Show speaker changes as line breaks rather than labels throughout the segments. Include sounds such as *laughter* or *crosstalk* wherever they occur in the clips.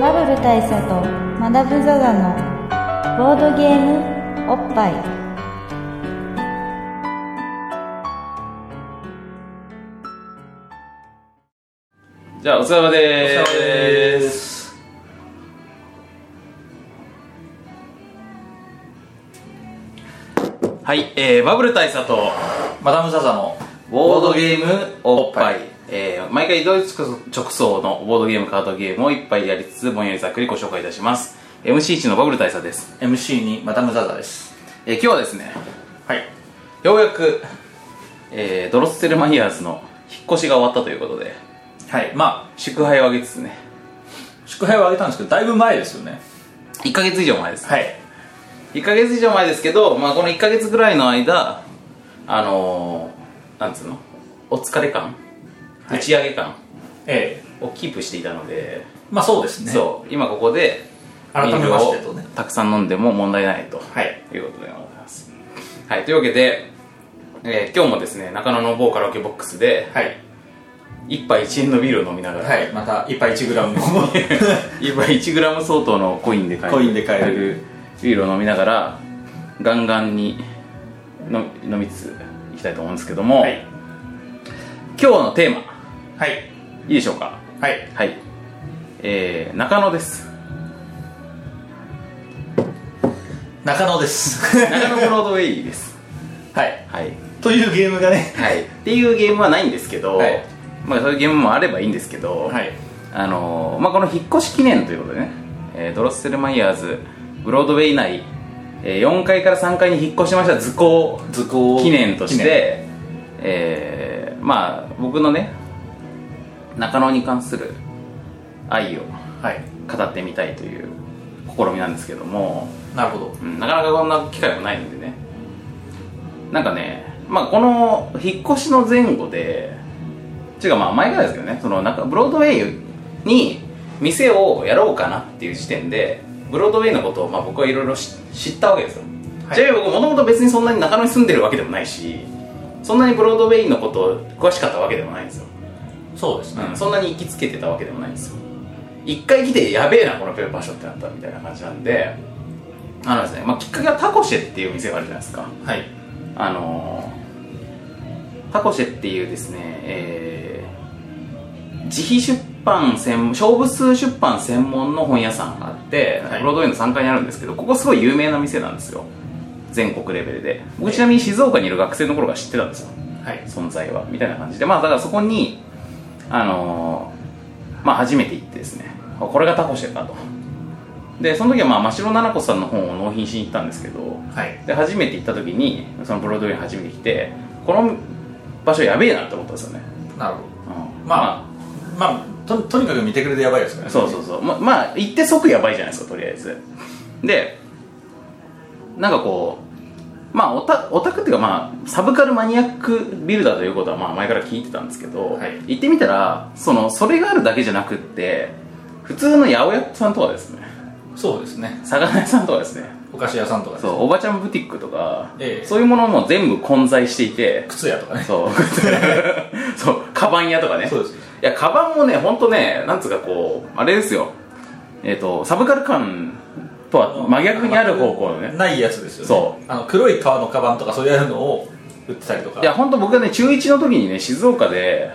大佐とマダム・ザ・ザのボードゲームおっぱい
じゃあお疲れ様でー
お疲れ様です
はい、えー、バブル大佐と
マダム・ザ・ザの
ボードゲームおっぱい、えー、毎回ドイツ直送のボードゲームカードゲームをいっぱいやりつつぼんやりざっくりご紹介いたします MC1 のバブル大佐です
MC にマダム・ザ・ザです
えー今日はですね
はい
ようやく、えー、ドロッセルマイヤーズの引っ越しが終わったということで
はいま
祝杯をあげつつね
あ祝杯をあげたんですけどだいぶ前ですよね
1ヶ月以上前です
はい
1ヶ月以上前ですけど、まあ、この1ヶ月ぐらいの間あのー、なんつうのお疲れ感、
は
打
い
ち上げ感
ええ
をキープしていたので、
まあそうですね
そう今ここで
改めまして
ビ
と
ー
ね
ルをたくさん飲んでも問題ないと、
はい
い、うことでございます、はい、というわけで、えー今日もですね中野の某カラオケボックスで
はい
1杯1円のビールを飲みながら、
はいまた1杯1グラ *laughs* ムの
1杯 1g 相当のコインで買える
コインで買える
ビールを飲みながらガンガンにの飲みつついきたいと思うんですけども、
はい
今日のテーマ
はい
いいでしょうか
はい
はいえー、中野です
中野です *laughs*
中野ブロードウェイです
はい
はい、
というゲームがね
はい、っていうゲームはないんですけど、
はい
まあそういうゲームもあればいいんですけど、
はい
あのーまあ、この引っ越し記念ということでね、えードロッセルマイヤーズブロードウェイ内、え4階から3階に引っ越しました図工
図工
記念として、えーまあ僕のね中野に関する愛を
はい
語ってみたいという試みなんですけども、
なるほど
うんなかなかこんな機会もないのでねなんかねまあこの引っ越しの前後でていうかまあ前からですけどねそのなんかブロードウェイに店をやろうかなっていう時点でブロードウェイのことをまあ僕はいろいろ知知ったわけですよ、
はい
ちなみに僕もともと別にそんなに中野に住んでるわけでもないしそんなにブロードウェイのことを詳しかったわけでもないんですよ
そうですね
うん、そんなに行きつけてたわけでもないんですよ一回来てやべえなこのペーパーショーってなったみたいな感じなんであのですね、まあ、きっかけはタコシェっていう店があるじゃないですか
はい
あのー、タコシェっていうですね、えー自費出版専小物出版専門の本屋さんがあって、
はい
ブロードウェイの3階にあるんですけどここすごい有名な店なんですよ全国レベルで僕ちなみに静岡にいる学生の頃から知ってたんですよ
はい
存在はみたいな感じでまあだからそこにあのーまあ初めて行ってですねあこれがタコシェかとでその時はまあ真城菜々子さんの本を納品しに行ったんですけど
はい
で初めて行った時にそのブロードウェイに初めて来てこの場所やべえなって思ったんですよね、
なるほど
うん
まあまあととにかく見てくれてやばいですから
まあ
ね
そうそうそうままあ行って即やばいじゃないですかとりあえずでなんかこうまあオタオタクっていうかまあサブカルマニアックビルダーということはまあ前から聞いてたんですけど、
はい
行ってみたらそのそれがあるだけじゃなくって普通の八百屋さんとかですね
そうですね
魚屋さんとかですね
お菓子屋さんとかです
そうおばちゃんブティックとか、
ええ
そういうものも全部混在していて
靴屋とかね *laughs*
そうそうカバン屋とかね
そうです
いや、カバンもね、ほんとね、なんつうかこう、あれですよ、えっ、と、サブカル感とは真逆にある方向のね。
ないやつですよね
そ
あの黒い革のカバンとかそういうのを売ってたりとか
いや、ほんと僕がね、中1の時にね、静岡で、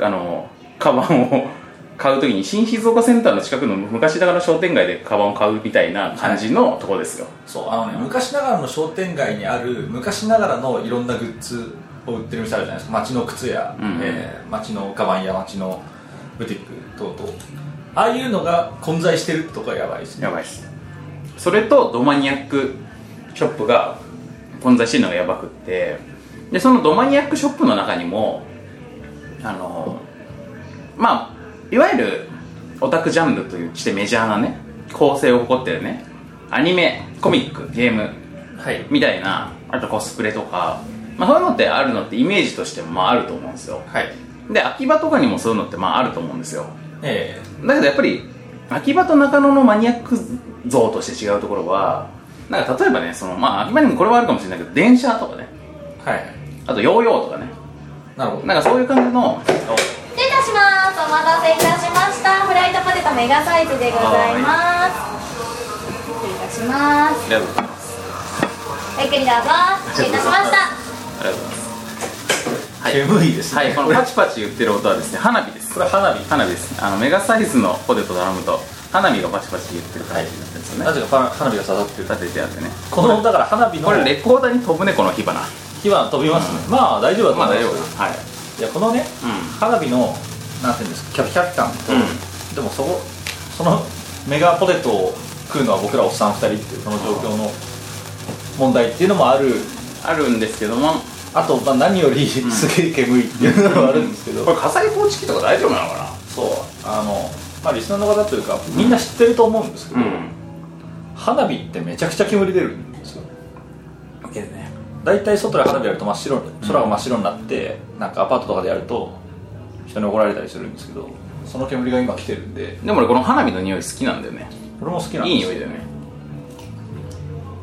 あの、カバンを *laughs* 買う時に、新静岡センターの近くの昔ながらの商店街でカバンを買うみたいな感じのとこですよ。
そうあのね昔ながらの商店街にある昔ながらのいろんなグッズを売ってる店あるじゃないですか街の靴や、
うん
えー街のカバンや街のブティック等々ああいうのが混在してるとかやばいですね
やばいっす。それと、ドマニアックショップが混在してるのがやばくって、で、そのドマニアックショップの中にも、あのまあいわゆるオタクジャンルというしてメジャーなね構成を誇ってるねアニメコミックゲーム
はい
みたいなあとコスプレとか、まあ、そういうのってあるのってイメージとしてもまああると思うんですよ
はい
で秋葉とかにもそういうのってまああると思うんですよ
え
だけどやっぱり秋葉と中野のマニアック像として違うところはなんか例えばねそのまあ秋葉にもこれはあるかもしれないけど電車とかね
ーはい
あとヨーヨーとかね
なるほど
なんかそういう感じの
失礼いたします。お待たせいたしましたフライドポテトメガサイズでございます失礼いたします
りがとうございます
ゆっくりどうぞ失礼いたしました
ありがとうございますはい
煙いですね
はい、このパチパチ言ってる音はですね花火です
これ花火
花火ですあのメガサイズのポテト頼むと花火がパチパチ言ってる感じになってるんですよね、
なぜか花花火が刺さってる
立ててあってね
このだから花火の
これレコーダーに飛ぶねこの火花
火は飛びますね、まあ大丈夫だと
まあ
思い
大
ます
丈夫
よ
はい
いやこのね
う
花火のなんていうんですかキャピキャピ感と、
うん
でもそこそのメガポテトを食うのは僕らおっさん2人っていうこの状況の問題っていうのもある
あるんですけども
あと、まあ、何よりすげえ煙いっていうのもあるんですけど、
これ火災報知器とか大丈夫なのか
そうあのまあリスナーの方というかみんな知ってると思うんですけど、
なうん
花火ってめちゃくちゃ煙出るんですよ
けどね
大体外で花火やると真っ白空が真っ白になって、なんかアパートとかでやると人に怒られたりするんですけどその煙が今来てるんで
でも俺この花火の匂い好きなんだよね
俺も好きなんです
いい匂いだよね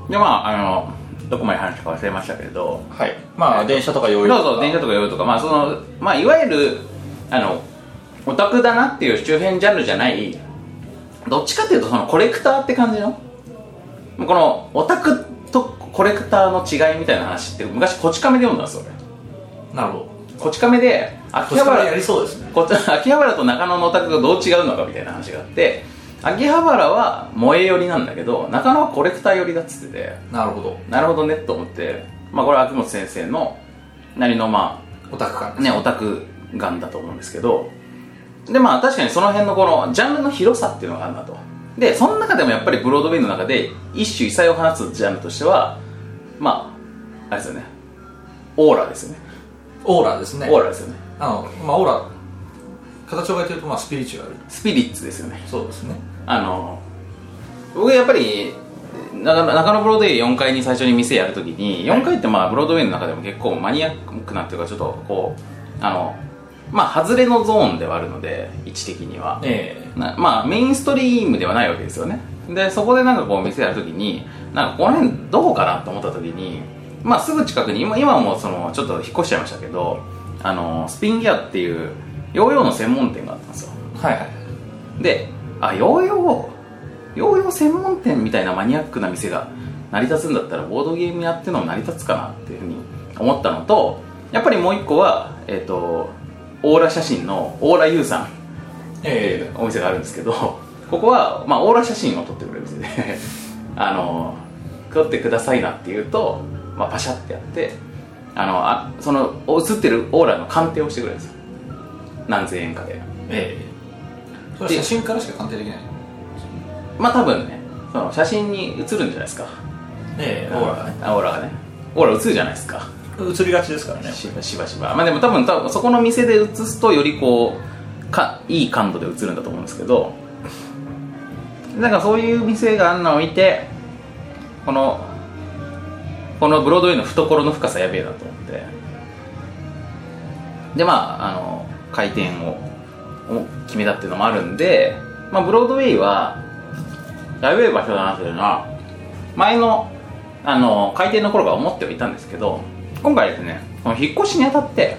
でまああのどこまで話したか忘れましたけれど
はいまあ電車とか用意
そうそう電車とか夜とかまあそのまあいわゆるあのオタクだなっていう周辺ジャンルじゃないどっちかっていうとそのコレクターって感じのこのオタクとコレクターの違いみたいな話って昔こち亀で読んだんですよ
なるほど
俺こち亀で
こ
秋
っち
葉
から
原
やりそうですね
こっち秋葉原と中野のオタクがどう違うのかみたいな話があって秋葉原は萌え寄りなんだけど中野はコレクター寄りだっつってて
なるほど
なるほどねと思ってまあこれは秋元先生のなりのまあ
オタク感
ね、オタク眼だと思うんですけど、で、まあ確かにその辺のこのジャンルの広さっていうのがあるなと。で、その中でもやっぱりブロードウェイの中で一種異彩を放つジャンルとしては、まあ、あれですよね。オーラですよね。
オーラですね
オーラですよね。
あのまあオーラ形を変えてるとまあスピリチュアル
スピリッツですよね。
そうですね
あの、僕やっぱり、中野中野ブロードウェイ4階に最初に店やるときに、4階ってまあブロードウェイの中でも結構マニアックなっていうか、ちょっとこう、あの、まあ、外れのゾーンではあるので、位置的には。
ええ
なまあメインストリームではないわけですよねでそこでなんかこう店やるときになんかこの辺どこかなと思ったときにまあすぐ近くに今今はもうそのちょっと引っ越しちゃいましたけどあのスピンギアっていうヨーヨーの専門店があったんですよ
はいはい
であヨーヨーヨーヨー専門店みたいなマニアックな店が成り立つんだったらボードゲーム屋ってのも成り立つかなっていうふうに思ったのとやっぱりもう一個はえっ、とオーラ写真のオーラユーさん
え
お店があるんですけどここは、まあ、オーラ写真を撮ってくれる店で *laughs* あの撮ってくださいなって言うと、まあ、パシャってやってあのあその映ってるオーラの鑑定をしてくれるんですよ何千円かで
えええそれは写真からしか鑑定できない
まあ多分ねその写真に写るんじゃないですか
え
あオーラがねオーラ映るじゃないですか
映りがちですからね
しばしばしばまあでも多分多分そこの店で映すとよりこうかいい感度で映るんだと思うんですけどなんかそういう店があんのを見てこのこのブロードウェイの懐の深さやべえなと思ってでまああの回転をを決めたっていうのもあるんで、まあ、ブロードウェイはやべえ場所だなというのは前のあの開店の頃から思ってはいたんですけど今回ですねこの引っ越しにあたって、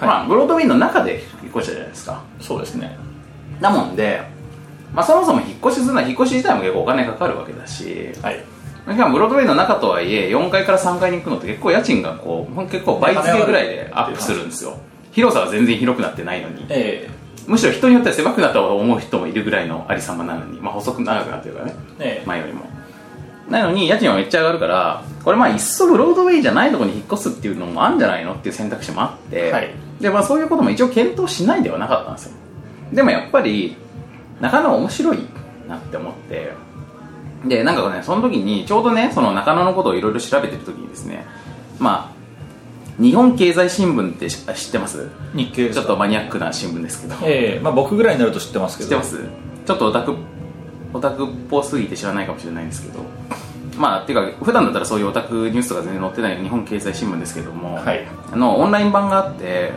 まあ、ブロードウェイの中で引っ越したじゃないですか
そうですね
なもんで、まあ、そもそも引っ越しするのは引っ越し自体も結構お金かかるわけだし
はい
しかもブロードウェイの中とはいえ4階から3階に行くのって結構家賃がこうほん結構倍付けぐらいでアップするんですよ広さは全然広くなってないのに
え
むしろ人によっては狭くなったと思う人もいるぐらいのありさまなのに、まあ、細く長くなってるからね
ええ
前よりもなのに家賃はめっちゃ上がるからこれまあいっそブロードウェイじゃないところに引っ越すっていうのもあるんじゃないのっていう選択肢もあって、
はい
でまあ、そういうことも一応検討しないではなかったんですよでもやっぱり中野面白いなって思ってでなんかねその時にちょうどねその中野のことをいろいろ調べてる時にですねまあ日本経済新聞ってし知ってます
日経
ちょっとマニアックな新聞ですけど
ええまあ僕ぐらいになると知ってますけ
知
ど
ってますちょっとオタクオタクっぽすぎて知らないかもしれないんですけどまあっていうか普段だったらそういうオタクニュースとか全然載ってない日本経済新聞ですけども、
はい
あのオンライン版があって、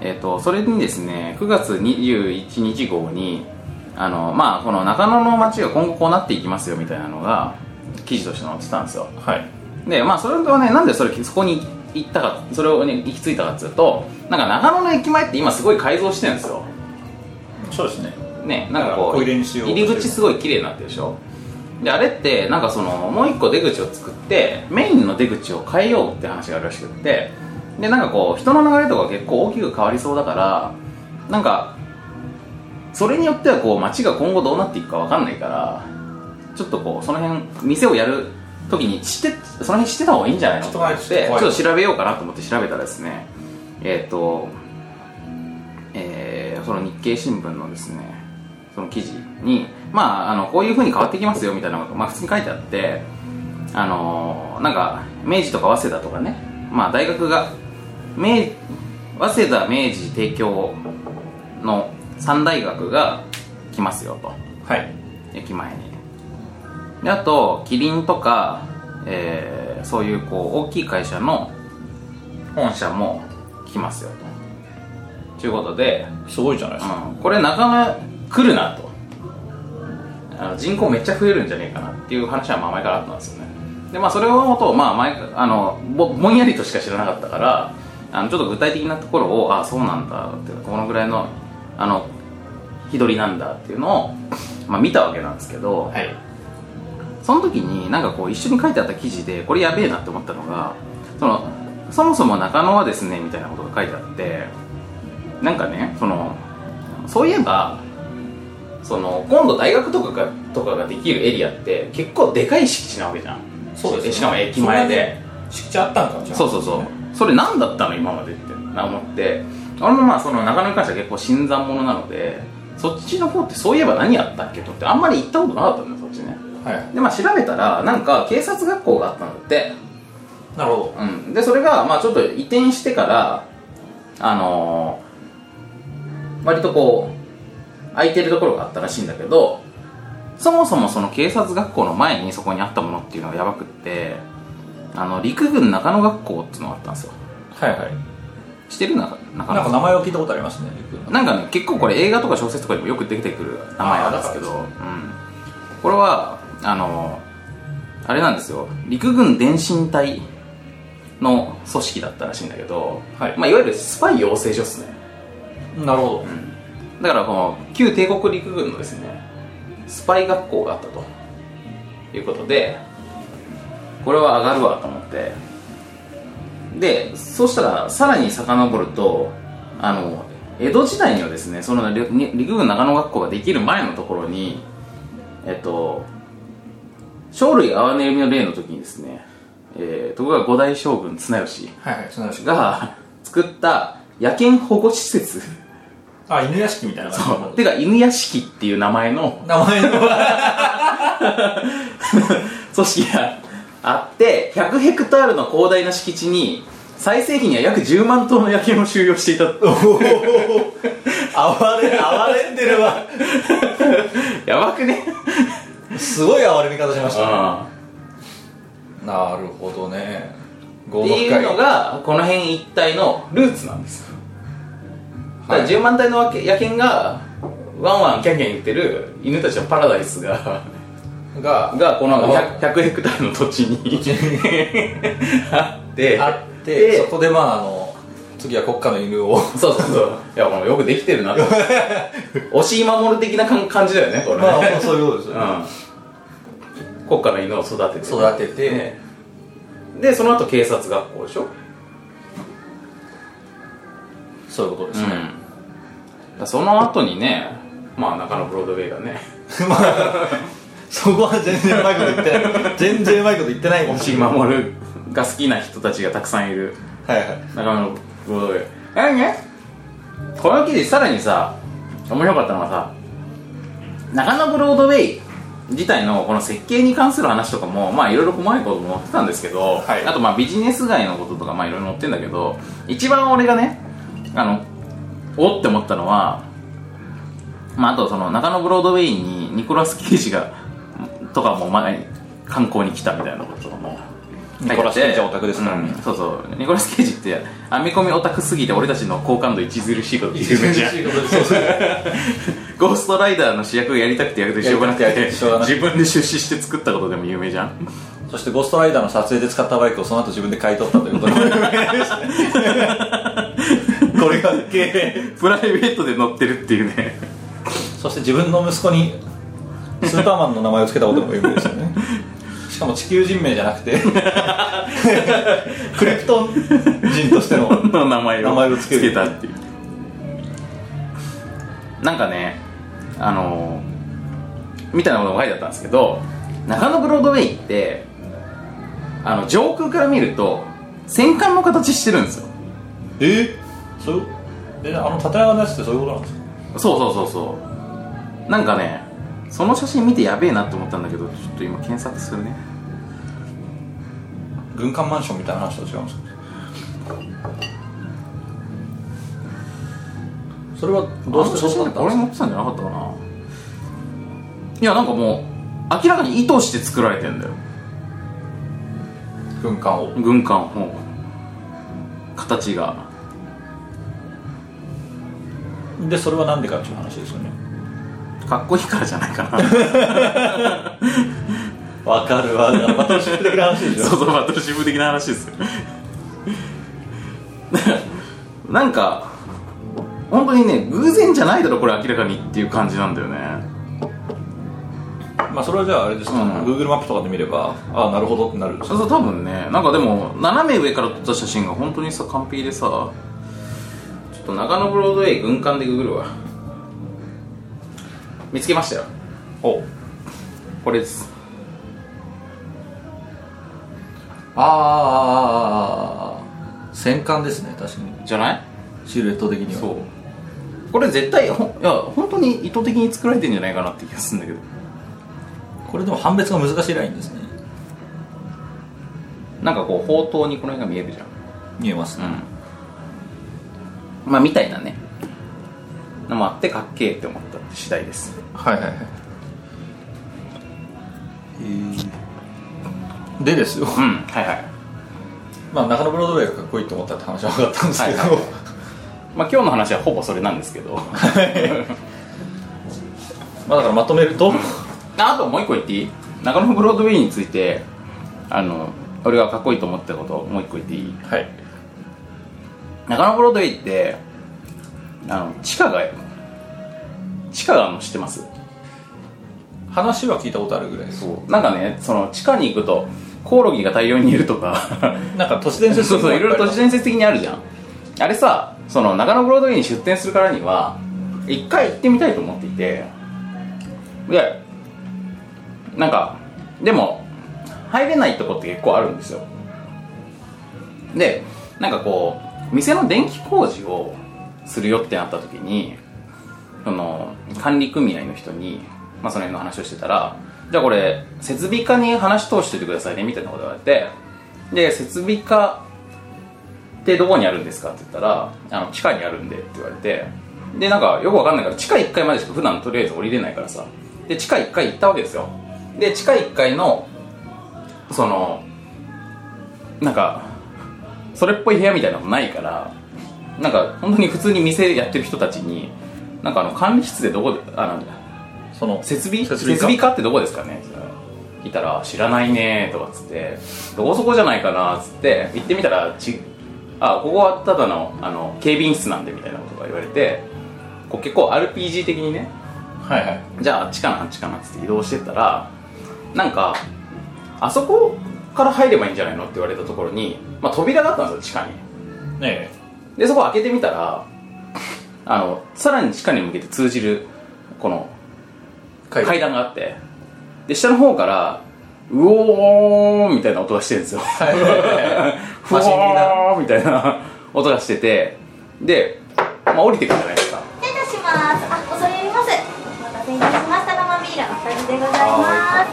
えー、とそれにですね9月21日号にあのまあこの中野の街が今後こうなっていきますよみたいなのが記事として載ってたんですよ
はい
でまあそれとねなんでそれそこに行ったかそれを、ね、行き着いたかっつうとなんか長野の駅前って今すごい改造してるんですよ
そうですね
ねなんかこう
小入れにしようとして
入
る
り口すごい綺麗になってるでしょであれってなんかそのもう一個出口を作ってメインの出口を変えようって話があるらしくってでなんかこう人の流れとか結構大きく変わりそうだからなんかそれによってはこう街が今後どうなっていくかわかんないからちょっとこうその辺店をやる時にしてその辺してた方がいいんじゃないの
ちょっ
と
と
思
待
っ
って
ち
て
ょっ
怖い
と調べようかなと思って調べたらですねえっ、とえーその日経新聞のですねその記事にまああのこういう風に変わってきますよみたいなことが、まあ、普通に書いてあってあのーなんか明治とか早稲田とかねまあ大学が明早稲田明治帝京の三大学が来ますよと
はい
駅前にであとキリンとか、えーそういうこう大きい会社の本社も来ますよとということです
ごいじゃないですか、
うん、これなかなか来るなとあの人口めっちゃ増えるんじゃねえかなっていう話はまあ前からあったんですよねでまあそれをと、まあ、前あのぼぼんやりとしか知らなかったからあのちょっと具体的なところをああそうなんだってこのぐらいのあの日取りなんだっていうのを、まあ、見たわけなんですけど、
い
その時になんかこう一緒に書いてあった記事でこれやべえなって思ったのがそのそもそも中野はですねみたいなことが書いてあってなんかねそのそういえばその今度大学とかがとかができるエリアって結構でかい敷地なわけじゃん
そうですね
しかも駅前で
敷地あったんかじゃあ
そうそうそうそれ何だったの今までってな思って俺もまあその中野に関しては結構新参者なのでそっちの方ってそういえば何やったっけとってあんまり行ったことなかったんだよそっちね
はい
でまあ調べたらなんか警察学校があったんだって、
なるほど
うん、でそれがまあちょっと移転してからあのー割とこう空いてるところがあったらしいんだけどそもそもその警察学校の前にそこにあったものっていうのがやばくってあの陸軍中野学校っていうのがあったんですよ
はいはい
知ってる中中
なん
野
か名前を聞いたことありますねリクの
なんかね結構これ映画とか小説とかにもよく出てくる名前なんですけど、
あ
う
ー
ん、これはあのあれなんですよ陸軍電信隊の組織だったらしいんだけど、
はい
まあ、いわゆるスパイ養成所っすね
なるほど、
だからこの旧帝国陸軍のですねスパイ学校があったということでこれは上がるわと思ってでそしたらさらに遡るとあの江戸時代にはですねそのりに陸軍長野学校ができる前のところにえっと生類憐れみの例の時にですね、えー、徳川五代将軍綱吉
はいはいその話
が作った野犬保護施設
あ犬屋敷みたいな
そ
感
う
じ
てか犬屋敷っていう名前の *laughs*
名前の *laughs*
組織があって100ヘクタールの広大な敷地に最盛期には約10万頭の野犬を収容
*laughs*
していた
哀れ哀れんでるわ
やばくね
すごい哀れみ方しまし
う
た
ん
なるほどね合
っていうのがこの辺一帯のルーツなんですよだから10万体の野犬がワンワンキャンキャン言ってる犬たちのパラダイスが
が
がこの 100,
あ
100ヘクタールの土地に *laughs* あって
あってそこでまああの次は国家の犬を
そうそうそういやもうよくできてるな
*laughs*
と押し守る的な感感じだよねこれね、
まあそういうことですよね
うん、国家の犬を育ててね、
*laughs* 育てて
ねでその後警察学校でしょ、
そういうことですね、
うん、その後にねまあ中野ブロードウェイがね
まあそこは全然うまいこと言ってない全然うまいこと言ってないかも *laughs*
押し守るが好きな人たちがたくさんいる
はいはい
中野ブロードウェイえねこの記事さらにさ面白かったのがさ中野ブロードウェイ自体のこの設計に関する話とかもまあいろいろ細かいことも載ってたんですけど、
はい
あとまあビジネス街のこととかまあいろいろ載ってんだけど一番俺がねあのおって思ったのは、まあ、あとその中野ブロードウェイにニコラス・ケイジがとかも前に観光に来たみたいなことも書いてあって
ニコラスケイジはオタクですからね
うんそうそうニコラス・ケイジって編み込みオタクすぎて俺たちの好感度著しいことで有名じゃんゴーストライダーの主役をやりたくてやるとしょうがなく
やりたく
て
てしょうがなくて
自分で出資して作ったことでも有名じゃん
そしてゴーストライダーの撮影で使ったバイクをその後自分で買い取ったということでこれがけ
*laughs* プライベートで乗ってるっていうね
そして自分の息子にスーパーマンの名前を付けたことも有名ですよねしかも地球人名じゃな *laughs* くてクリプトン人としての
の名前を
名前を付ける
たっていうなんかねあのーみたいなことが書いてあったんですけど中野ブロードウェイってあの上空から見ると戦艦の形してるんですよ
えそういうえあの縦長のやつってそういうことなんですか
そうそうそうそうなんかねその写真見てやべえなって思ったんだけどちょっと今検索するね
軍艦マンションみたいな話と違うんですかそれはどうしてそうなったんで
俺
すか
持ってたんじゃなかったかないやなんかもう明らかに意図して作られてんだよ
軍艦を
軍艦本形が
でそれはなんでかっていう話ですよね
かっこいいからじゃないか
*laughs*
な
わかるわまた知的な話で
そうそうバトルシップ的な話ですよ *laughs* なんか本当にね偶然じゃないだろこれ明らかにっていう感じなんだよね
*laughs* まあそれはじゃああれですか、
うん
Google マップとかで見ればああなるほどってなるんです
そう多分ねなんかでも斜め上から撮った写真が本当にさ完璧でさちょっと長野ブロードウェイ軍艦でググるわ見つけましたよ
お
これです
ああ戦艦ですね確かに
じゃない
シルエット的には
そうこれ絶対ほんいや本当に意図的に作られてんじゃないかなって気がするんだけど
これでも判別が難しいラインですね
なんかこう砲塔にこの辺が見えるじゃん
見えますね、
うんまあみたいなねのもあってかっけえって思った次第です
はいはいはいでですよ
うんはいはい
まあ中野ブロードウェイがかっこいいと思ったって話は分かったんですけど、
はいはいまあ今日の話はほぼそれなんですけど
まあだからまとめると
ああともう一個言っていい中野ブロードウェイについてあの俺がかっこいいと思ったことをもう一個言っていい
はい
中野ブロードウェイってあの地下が地下があの知ってます
話は聞いたことあるぐらいです
そうなんかねその地下に行くとコオロギが大量にいるとか
なんか都市伝説
*laughs* そうそういろいろ都市
説
伝説的にあるじゃんあれさその中野ブロードウェイに出店するからには一回行ってみたいと思っていてでなんかでも入れないとこって結構あるんですよでなんかこう店の電気工事をするよってなった時にその管理組合の人に、まあ、その辺の話をしてたらじゃあこれ設備課に話通しておいてくださいねみたいなこと言われてで設備課ってどこにあるんですかって言ったらあの地下にあるんでって言われてでなんかよくわかんないから地下1階までしか普段とりあえず降りれないからさで地下1階行ったわけですよで地下1階のそのなんかそれっぽい部屋みたいなのもないからなんか本当に普通に店やってる人たちになんかあの管理室でどこであの
その
設備設
設
備
備課
課ってどこですかね聞いたら「知らないね」とかっつって「どこそこじゃないかな」っつって行ってみたらち「あここはただのあの警備員室なんで」みたいなことが言われてこう結構 RPG 的にね
はいはい
じゃああっちかなあっちかなっつって移動してったらなんかあそこから入ればいいんじゃないのって言われたところに、まあ、扉があったんですよ地下に
ね
でそこ開けてみたらあのさらに地下に向けて通じるこの
え階
階段があってで下の方からうおーみたいな音がしてるんですよふわ
走りな
ーみたいな音がしててで、まあ、降りてくるじゃないですか
失礼いたしますあ恐れ入りますお待たせいたしました生ビールお二人でございます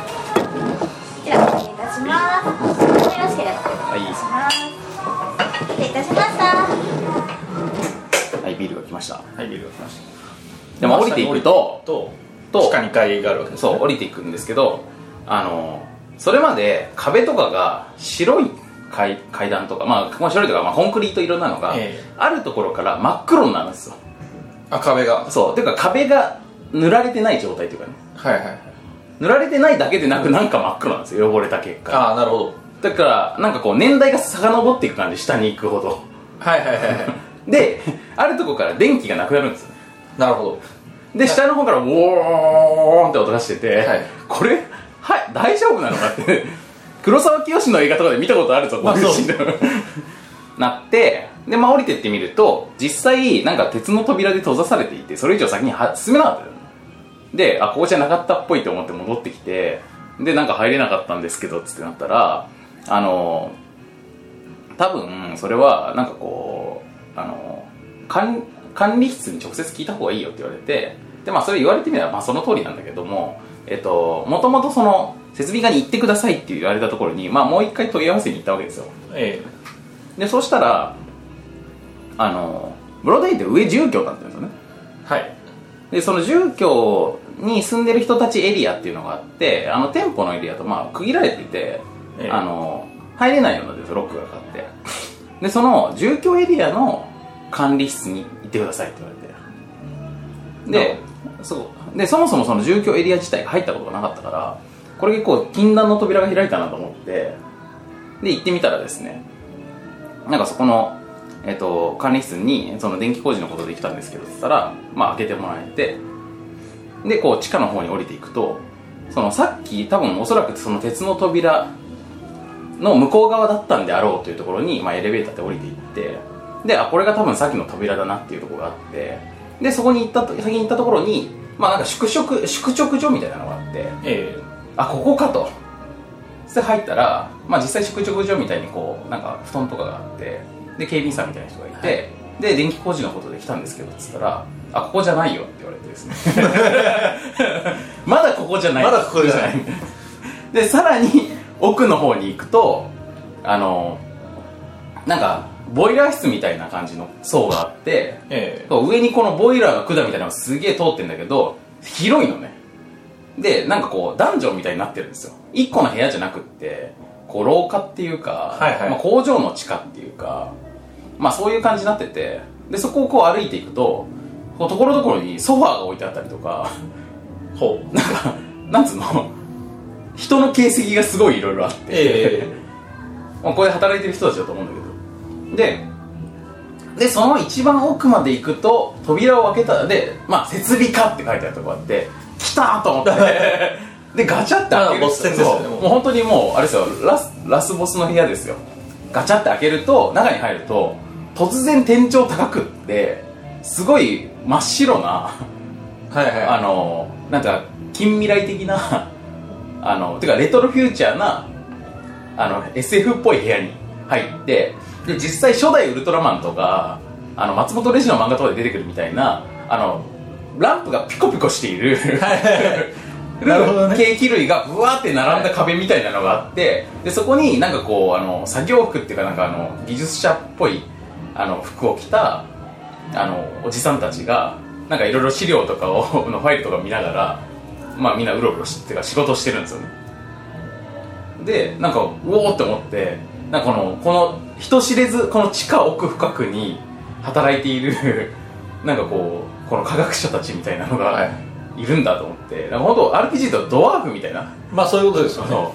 こちらお願いいたしますよろしければお願いいたします失礼いたしました
はいビールが来ました
はいビルが来ました
でも降りていくと
と
と
地下2階があるわけですね
そう降りていくんですけどあのそれまで壁とかが白い階階段とかまあこの白いとか、まあ、コンクリート色なのが、
ええ
あるところから真っ黒になるんですよ
あ壁が
そうていうか壁が塗られてない状態というかね
はいはいはい
塗られてないだけでなくなんか真っ黒なんですよ汚れた結果
ああなるほど
だからなんかこう年代が遡っていく感じ下に行くほど
はいはいはい
*laughs*
はい *laughs*
であるとこから電気がなくなるんですよ
なるほど
で下の方からウォーンって音がしてて、
はい
これはい大丈夫なのかって *laughs* 黒沢清の映画とかで見たことあるぞこ
まあ
ういう
そ
シ
う
ーンなってでまあ降りてってみると実際なんか鉄の扉で閉ざされていてそれ以上先には進めなかったよねであここじゃなかったっぽいと思って戻ってきてでなんか入れなかったんですけどっつってなったらあの多分それはなんかこうあの管管理室に直接聞いた方がいいよって言われてでまあそれ言われてみればまあその通りなんだけどもえっともともとその設備課に行ってくださいって言われたところにまあもう一回問い合わせに行ったわけですよ
え
でそうしたらあのブロードウェイって上住居だったんですよね
えはい
でその住居に住んでる人たちエリアっていうのがあってあの店舗のエリアとまあ区切られていて、
ええ
あの入れないようなんですよロックがかかってでその住居エリアの管理室に行ってくださいって言われてでそうでそもそもその住居エリア自体が入ったことがなかったからこれ結構禁断の扉が開いたなと思ってで行ってみたらですねなんかそこの、えっと管理室にその電気工事のことで来たんですけどって言ったら、まあ、開けてもらえてでこう地下の方に降りていくとそのさっき多分おそらくその鉄の扉の向こう側だったんであろうというところに、まあ、エレベーターで降りていってであこれが多分さっきの扉だなっていうところがあってでそこに行ったと先に行ったところに、まあ、なんか宿直宿直所みたいなのがあって
ええ
あここかとそして入ったら、まあ、実際宿直所みたいにこうなんか布団とかがあってで警備員さんみたいな人がいて、で電気工事のことで来たんですけどっつったら「あここじゃないよ」って言われてです
*laughs*
ねまだここじゃない
まだここじゃない
*laughs* でさらに奥の方に行くとあのなんかボイラー室みたいな感じの層があって
え
上にこのボイラーが管みたいなのがすげえ通ってんだけど広いのねでなんかこうダンジョンみたいになってるんですよ1個の部屋じゃなくってこう廊下っていうか、
はいはい
まあ、工場の地下っていうかまあそういう感じになっててでそこをこう歩いていくとこうところどころにソファーが置いてあったりとか
えほう
なんかなんつうの人の形跡がすごいいろいろあって
ええ
まあ、これ働いてる人たちだと思うんだけどででその一番奥まで行くと扉を開けたらで、まあ、設備課って書いてあるとこあって来たーと
*laughs*
思ってでガチャって開ける
あボス戦ですね
そう
もう
もう本当にもうあれですよラスラスボスの部屋ですよガチャって開けると中に入ると突然天井高くってすごい真っ白な
はいはい
あのなんか近未来的な *laughs* あのてかレトロフューチャーなあの SF っぽい部屋に入ってで実際初代ウルトラマンとかあの松本零士の漫画とかで出てくるみたいなあのランプがピコピコしている *laughs*
なるほどね
ケーキ類がぶわーって並んだ壁みたいなのがあってでそこになんかこうあの作業服っていうかなんかあの技術者っぽいあの服を着たあのおじさんたちがなんかいろいろ資料とかを *laughs* のファイルとか見ながらまあみんなうろうろしてか仕事してるんですよねでなんかうおーって思ってなんかこのこの人知れずこの地下奥深くに働いている *laughs* なんかこうこの科学者たちみたいなの
は
がいるんだと思って、なんか本当 RPG とドワーフみたいな、
まあそういうことですよ
あ
ね
の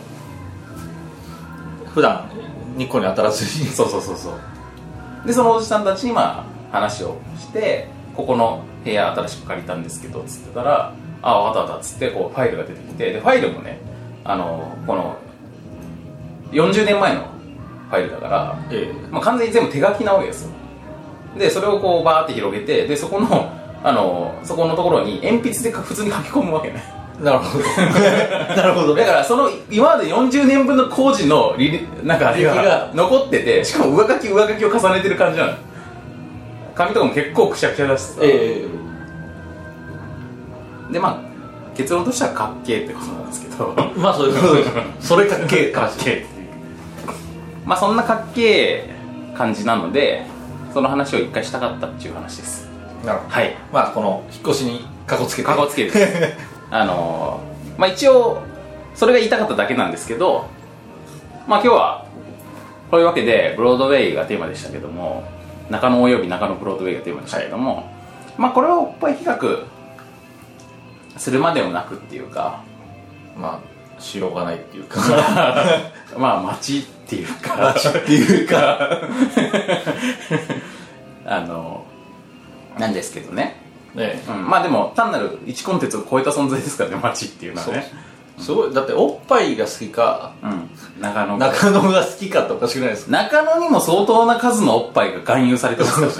普段日光に当たらずに
そうそうそうそうでそのおじさんたちにまあ話をしてここの部屋新しく借りたんですけどつってたら「ああわかったわかった」っつってこうファイルが出てきてでファイルもねあのこの40年前のファイルだから
え
まあ、完全に全部手書きなわけですよでそれをこうバーって広げてでそこのあのそこのところに鉛筆で普通に書き込むわけね
えなるほどなるほど
だからその今まで40年分の工事の履歴なんかあれ
履歴
が
が
残っててしかも上書き上書きを重ねてる感じなの紙とかも結構くしゃくしゃだしさ、
ええ
でまあ結論としてはかっけーってことなんですけど *laughs*
まあそういうことですそれかっけえか
からっけーっていうまあそんなかっけー感じなのでその話を一回したかったっていう話です
なるほど
はい
まあこの引っ越しにかこつけて
かこつけてあのーまあ一応それが言いたかっただけなんですけどまあ今日はこういうわけでブロードウェイがテーマでしたけども中野および中野ブロードウェイがテーマでしたけども、まあこれをおっぱい企画するまでもなくっていうか
*laughs* まあしようがないっていうか
*laughs*
*laughs*
まあ街っていうか
街っていうか
あのなんですけどね、
ね
うん、まあでも単なる1コンテンツを超えた存在ですからね街っていうのはね
すごいだっておっぱいが好きか
うん中野
中野が好きかっておかしくないですか
中野にも相当な数のおっぱいが含有されてますからね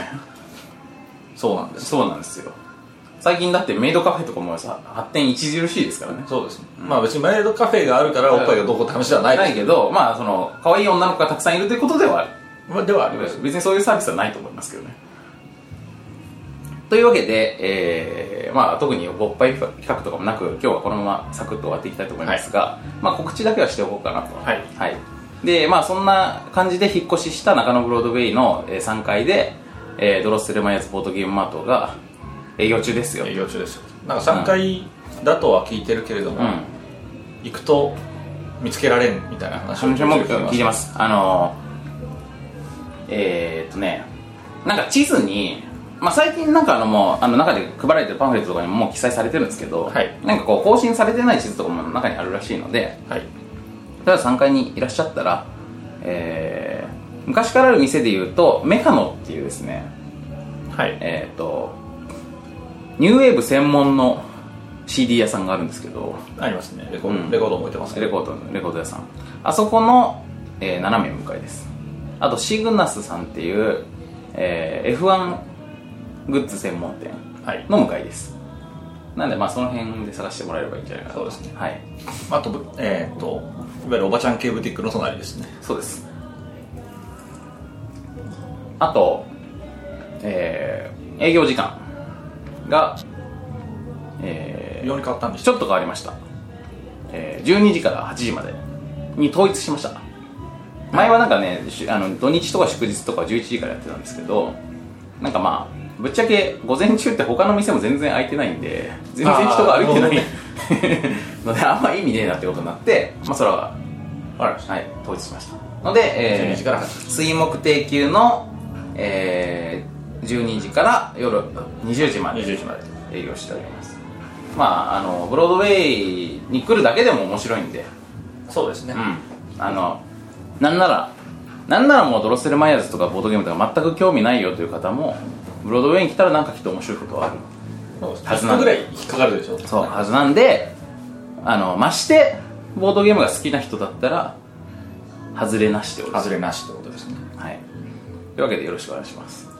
そうなんです
そうなんですよ最近だってメイドカフェとかもさ発展著しいですからね
そうですね、まあ別にメイドカフェがあるからおっぱいがどうこうって話ではない
な
で
い
す
けどまあその可愛い女の子がたくさんいるということではある
まあではあります
別にそういうサービスはないと思いますけどねというわけで、えーまあ、特におっぱい企画とかもなく今日はこのままサクッと終わっていきたいと思いますが、まあ、告知だけはしておこうかなと
はい
でまあそんな感じで引っ越しした中野ブロードウェイのえー3階で、えードロッセルマイヤーズボードゲームマートが営業中ですよ
営業中ですよなんか3階だとは聞いてるけれども、
うん
行くと見つけられんみたいな話
その辺も聞いてますすあのえー、っとねなんか地図に、まあ、最近なんかあのもうあの中で配られてるパンフレットとかにももう記載されてるんですけど、
はい
なんかこう更新されてない地図とかも中にあるらしいので
はい
例えば3階にいらっしゃったら、えー昔からある店でいうとメカノっていうですね
はい
えー、っとニューウェーブ専門の CD 屋さんがあるんですけど
ありますねレコ,、
うん
レコードも置いてますけど
レコードのレコード屋さんあそこの、えー斜め向かいですあとシグナスさんっていう、えー F1 グッズ専門店
はい
の向かいですなんでまあその辺で探してもらえればいいんじゃないかなと
そうですね
はい
あとぶえっ、といわゆるおばちゃん系ブティックの隣ですね
そうですあとえー営業時間がえ
非常に変わったんで
ー
し
ち
た
ょっと変わりました、えー12時から8時までに統一しました前はなんかねしあの土日とか祝日とか11時からやってたんですけどなんかまあぶっちゃけ午前中って他の店も全然空いてないんで全然人が歩いてない *laughs* のであんま意味ねえなってことになって、まあ、それは
ありました
はい、統一しましたので、え
12時から8時
水木定休の、えー12時から夜20時まで
20時まで
営業しておりますまああのブロードウェイに来るだけでも面白いんで
そうですね、
うんあのなんならなんならもうドロッセルマイヤーズとかボードゲームとか全く興味ないよという方もブロードウェイに来たらなんかきっと面白いことはある
そうです
は
は
ず
ず
なんで
なぐらい引っかかるでしょ
そうはずなんであのましてボードゲームが好きな人だったら外れなしでおります
外れなしってことですね
はい。というわけでよろしくお願いします。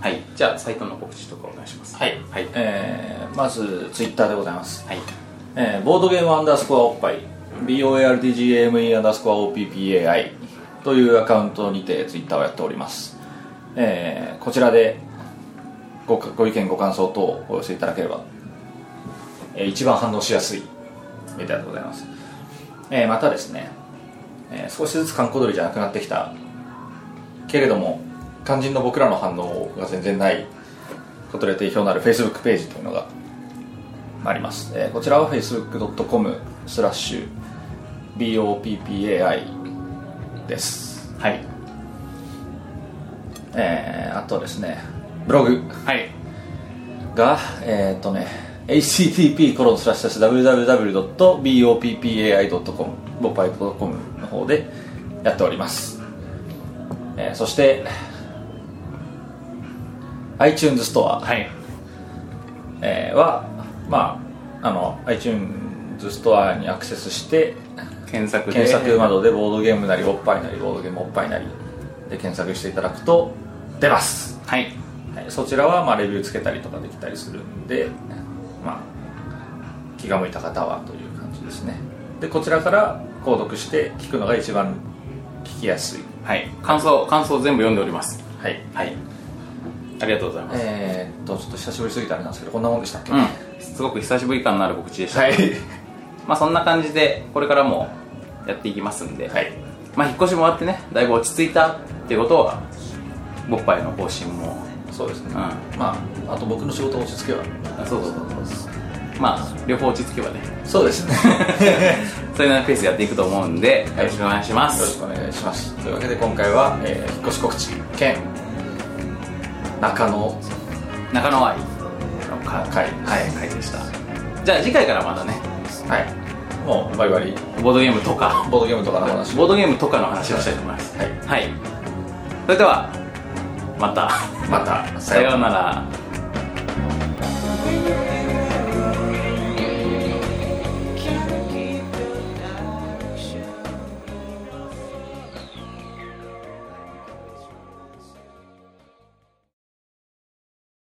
はい。じゃあ、サイトの告知とかお願いします。
はい、
はい。
えーまずツイッターでございます、
はい。
えーボードゲームアンダースコアおっぱい BORDGME アンダースコア OPPAI というアカウントにてツイッターをやっております、えーこちらでごかご意見ご感想等をお寄せいただければ、えー一番反応しやすいメディアでございます、えーまたですね、えー少しずつ観光鳥じゃなくなってきたけれども肝心の僕らの反応が全然ないことで定評のある Facebook ページというのがあります、えーこちらは facebook.com スラッシュ BOPPAI です
はい。
えーあとですねブログ
はい。
がえーっ、とね http コロンスラッシュ www.boppai.com ボパイ .com の方でやっております、えーそして iTunes ストア
はい。
えーは、まあ、あの iTunes ストアにアクセスして
検索で。
検索窓でボードゲームなりおっぱいなりボードゲームおっぱいなりで検索していただくと出ます、
はい。
はい、そちらは、まあ、レビューつけたりとかできたりするんで、まあ、気が向いた方はという感じですねでこちらから購読して聞くのが一番聞きやすい
はい。感想、感想全部読んでおります。
はい
はい。ありがとうございます。
えー、っとちょっと久しぶりすぎてあれなんですけどこんなもんでしたっけ、は
うん。すごく久しぶり感のある告知でした。
い
*laughs* まあ、そんな感じで、これからもやっていきますんで。
はい
まあ、引っ越しも終わってね、だいぶ落ち着いたっていうことは、ボッパイの更新も。
そうですね、
ん
まああと僕の仕事落ち着けば
そうそうそうそう。まあ、両方落ち着けばね。
そうで
*laughs*
すね
そういうようなペースでやっていくと思うんで、よ
はい
ろしくお願いしま
よろし
す。
くお願いしますというわけで今回は、えー引っ越し告知兼中野
中野愛の
会
はい、会でした。じゃあ次回からまたね、
はいもうバリバリ
ボードゲームとか
*laughs* ボードゲームとかの話
ボードゲームとかの話をしたいと思います
はい
はい、それではまた
また
さようなら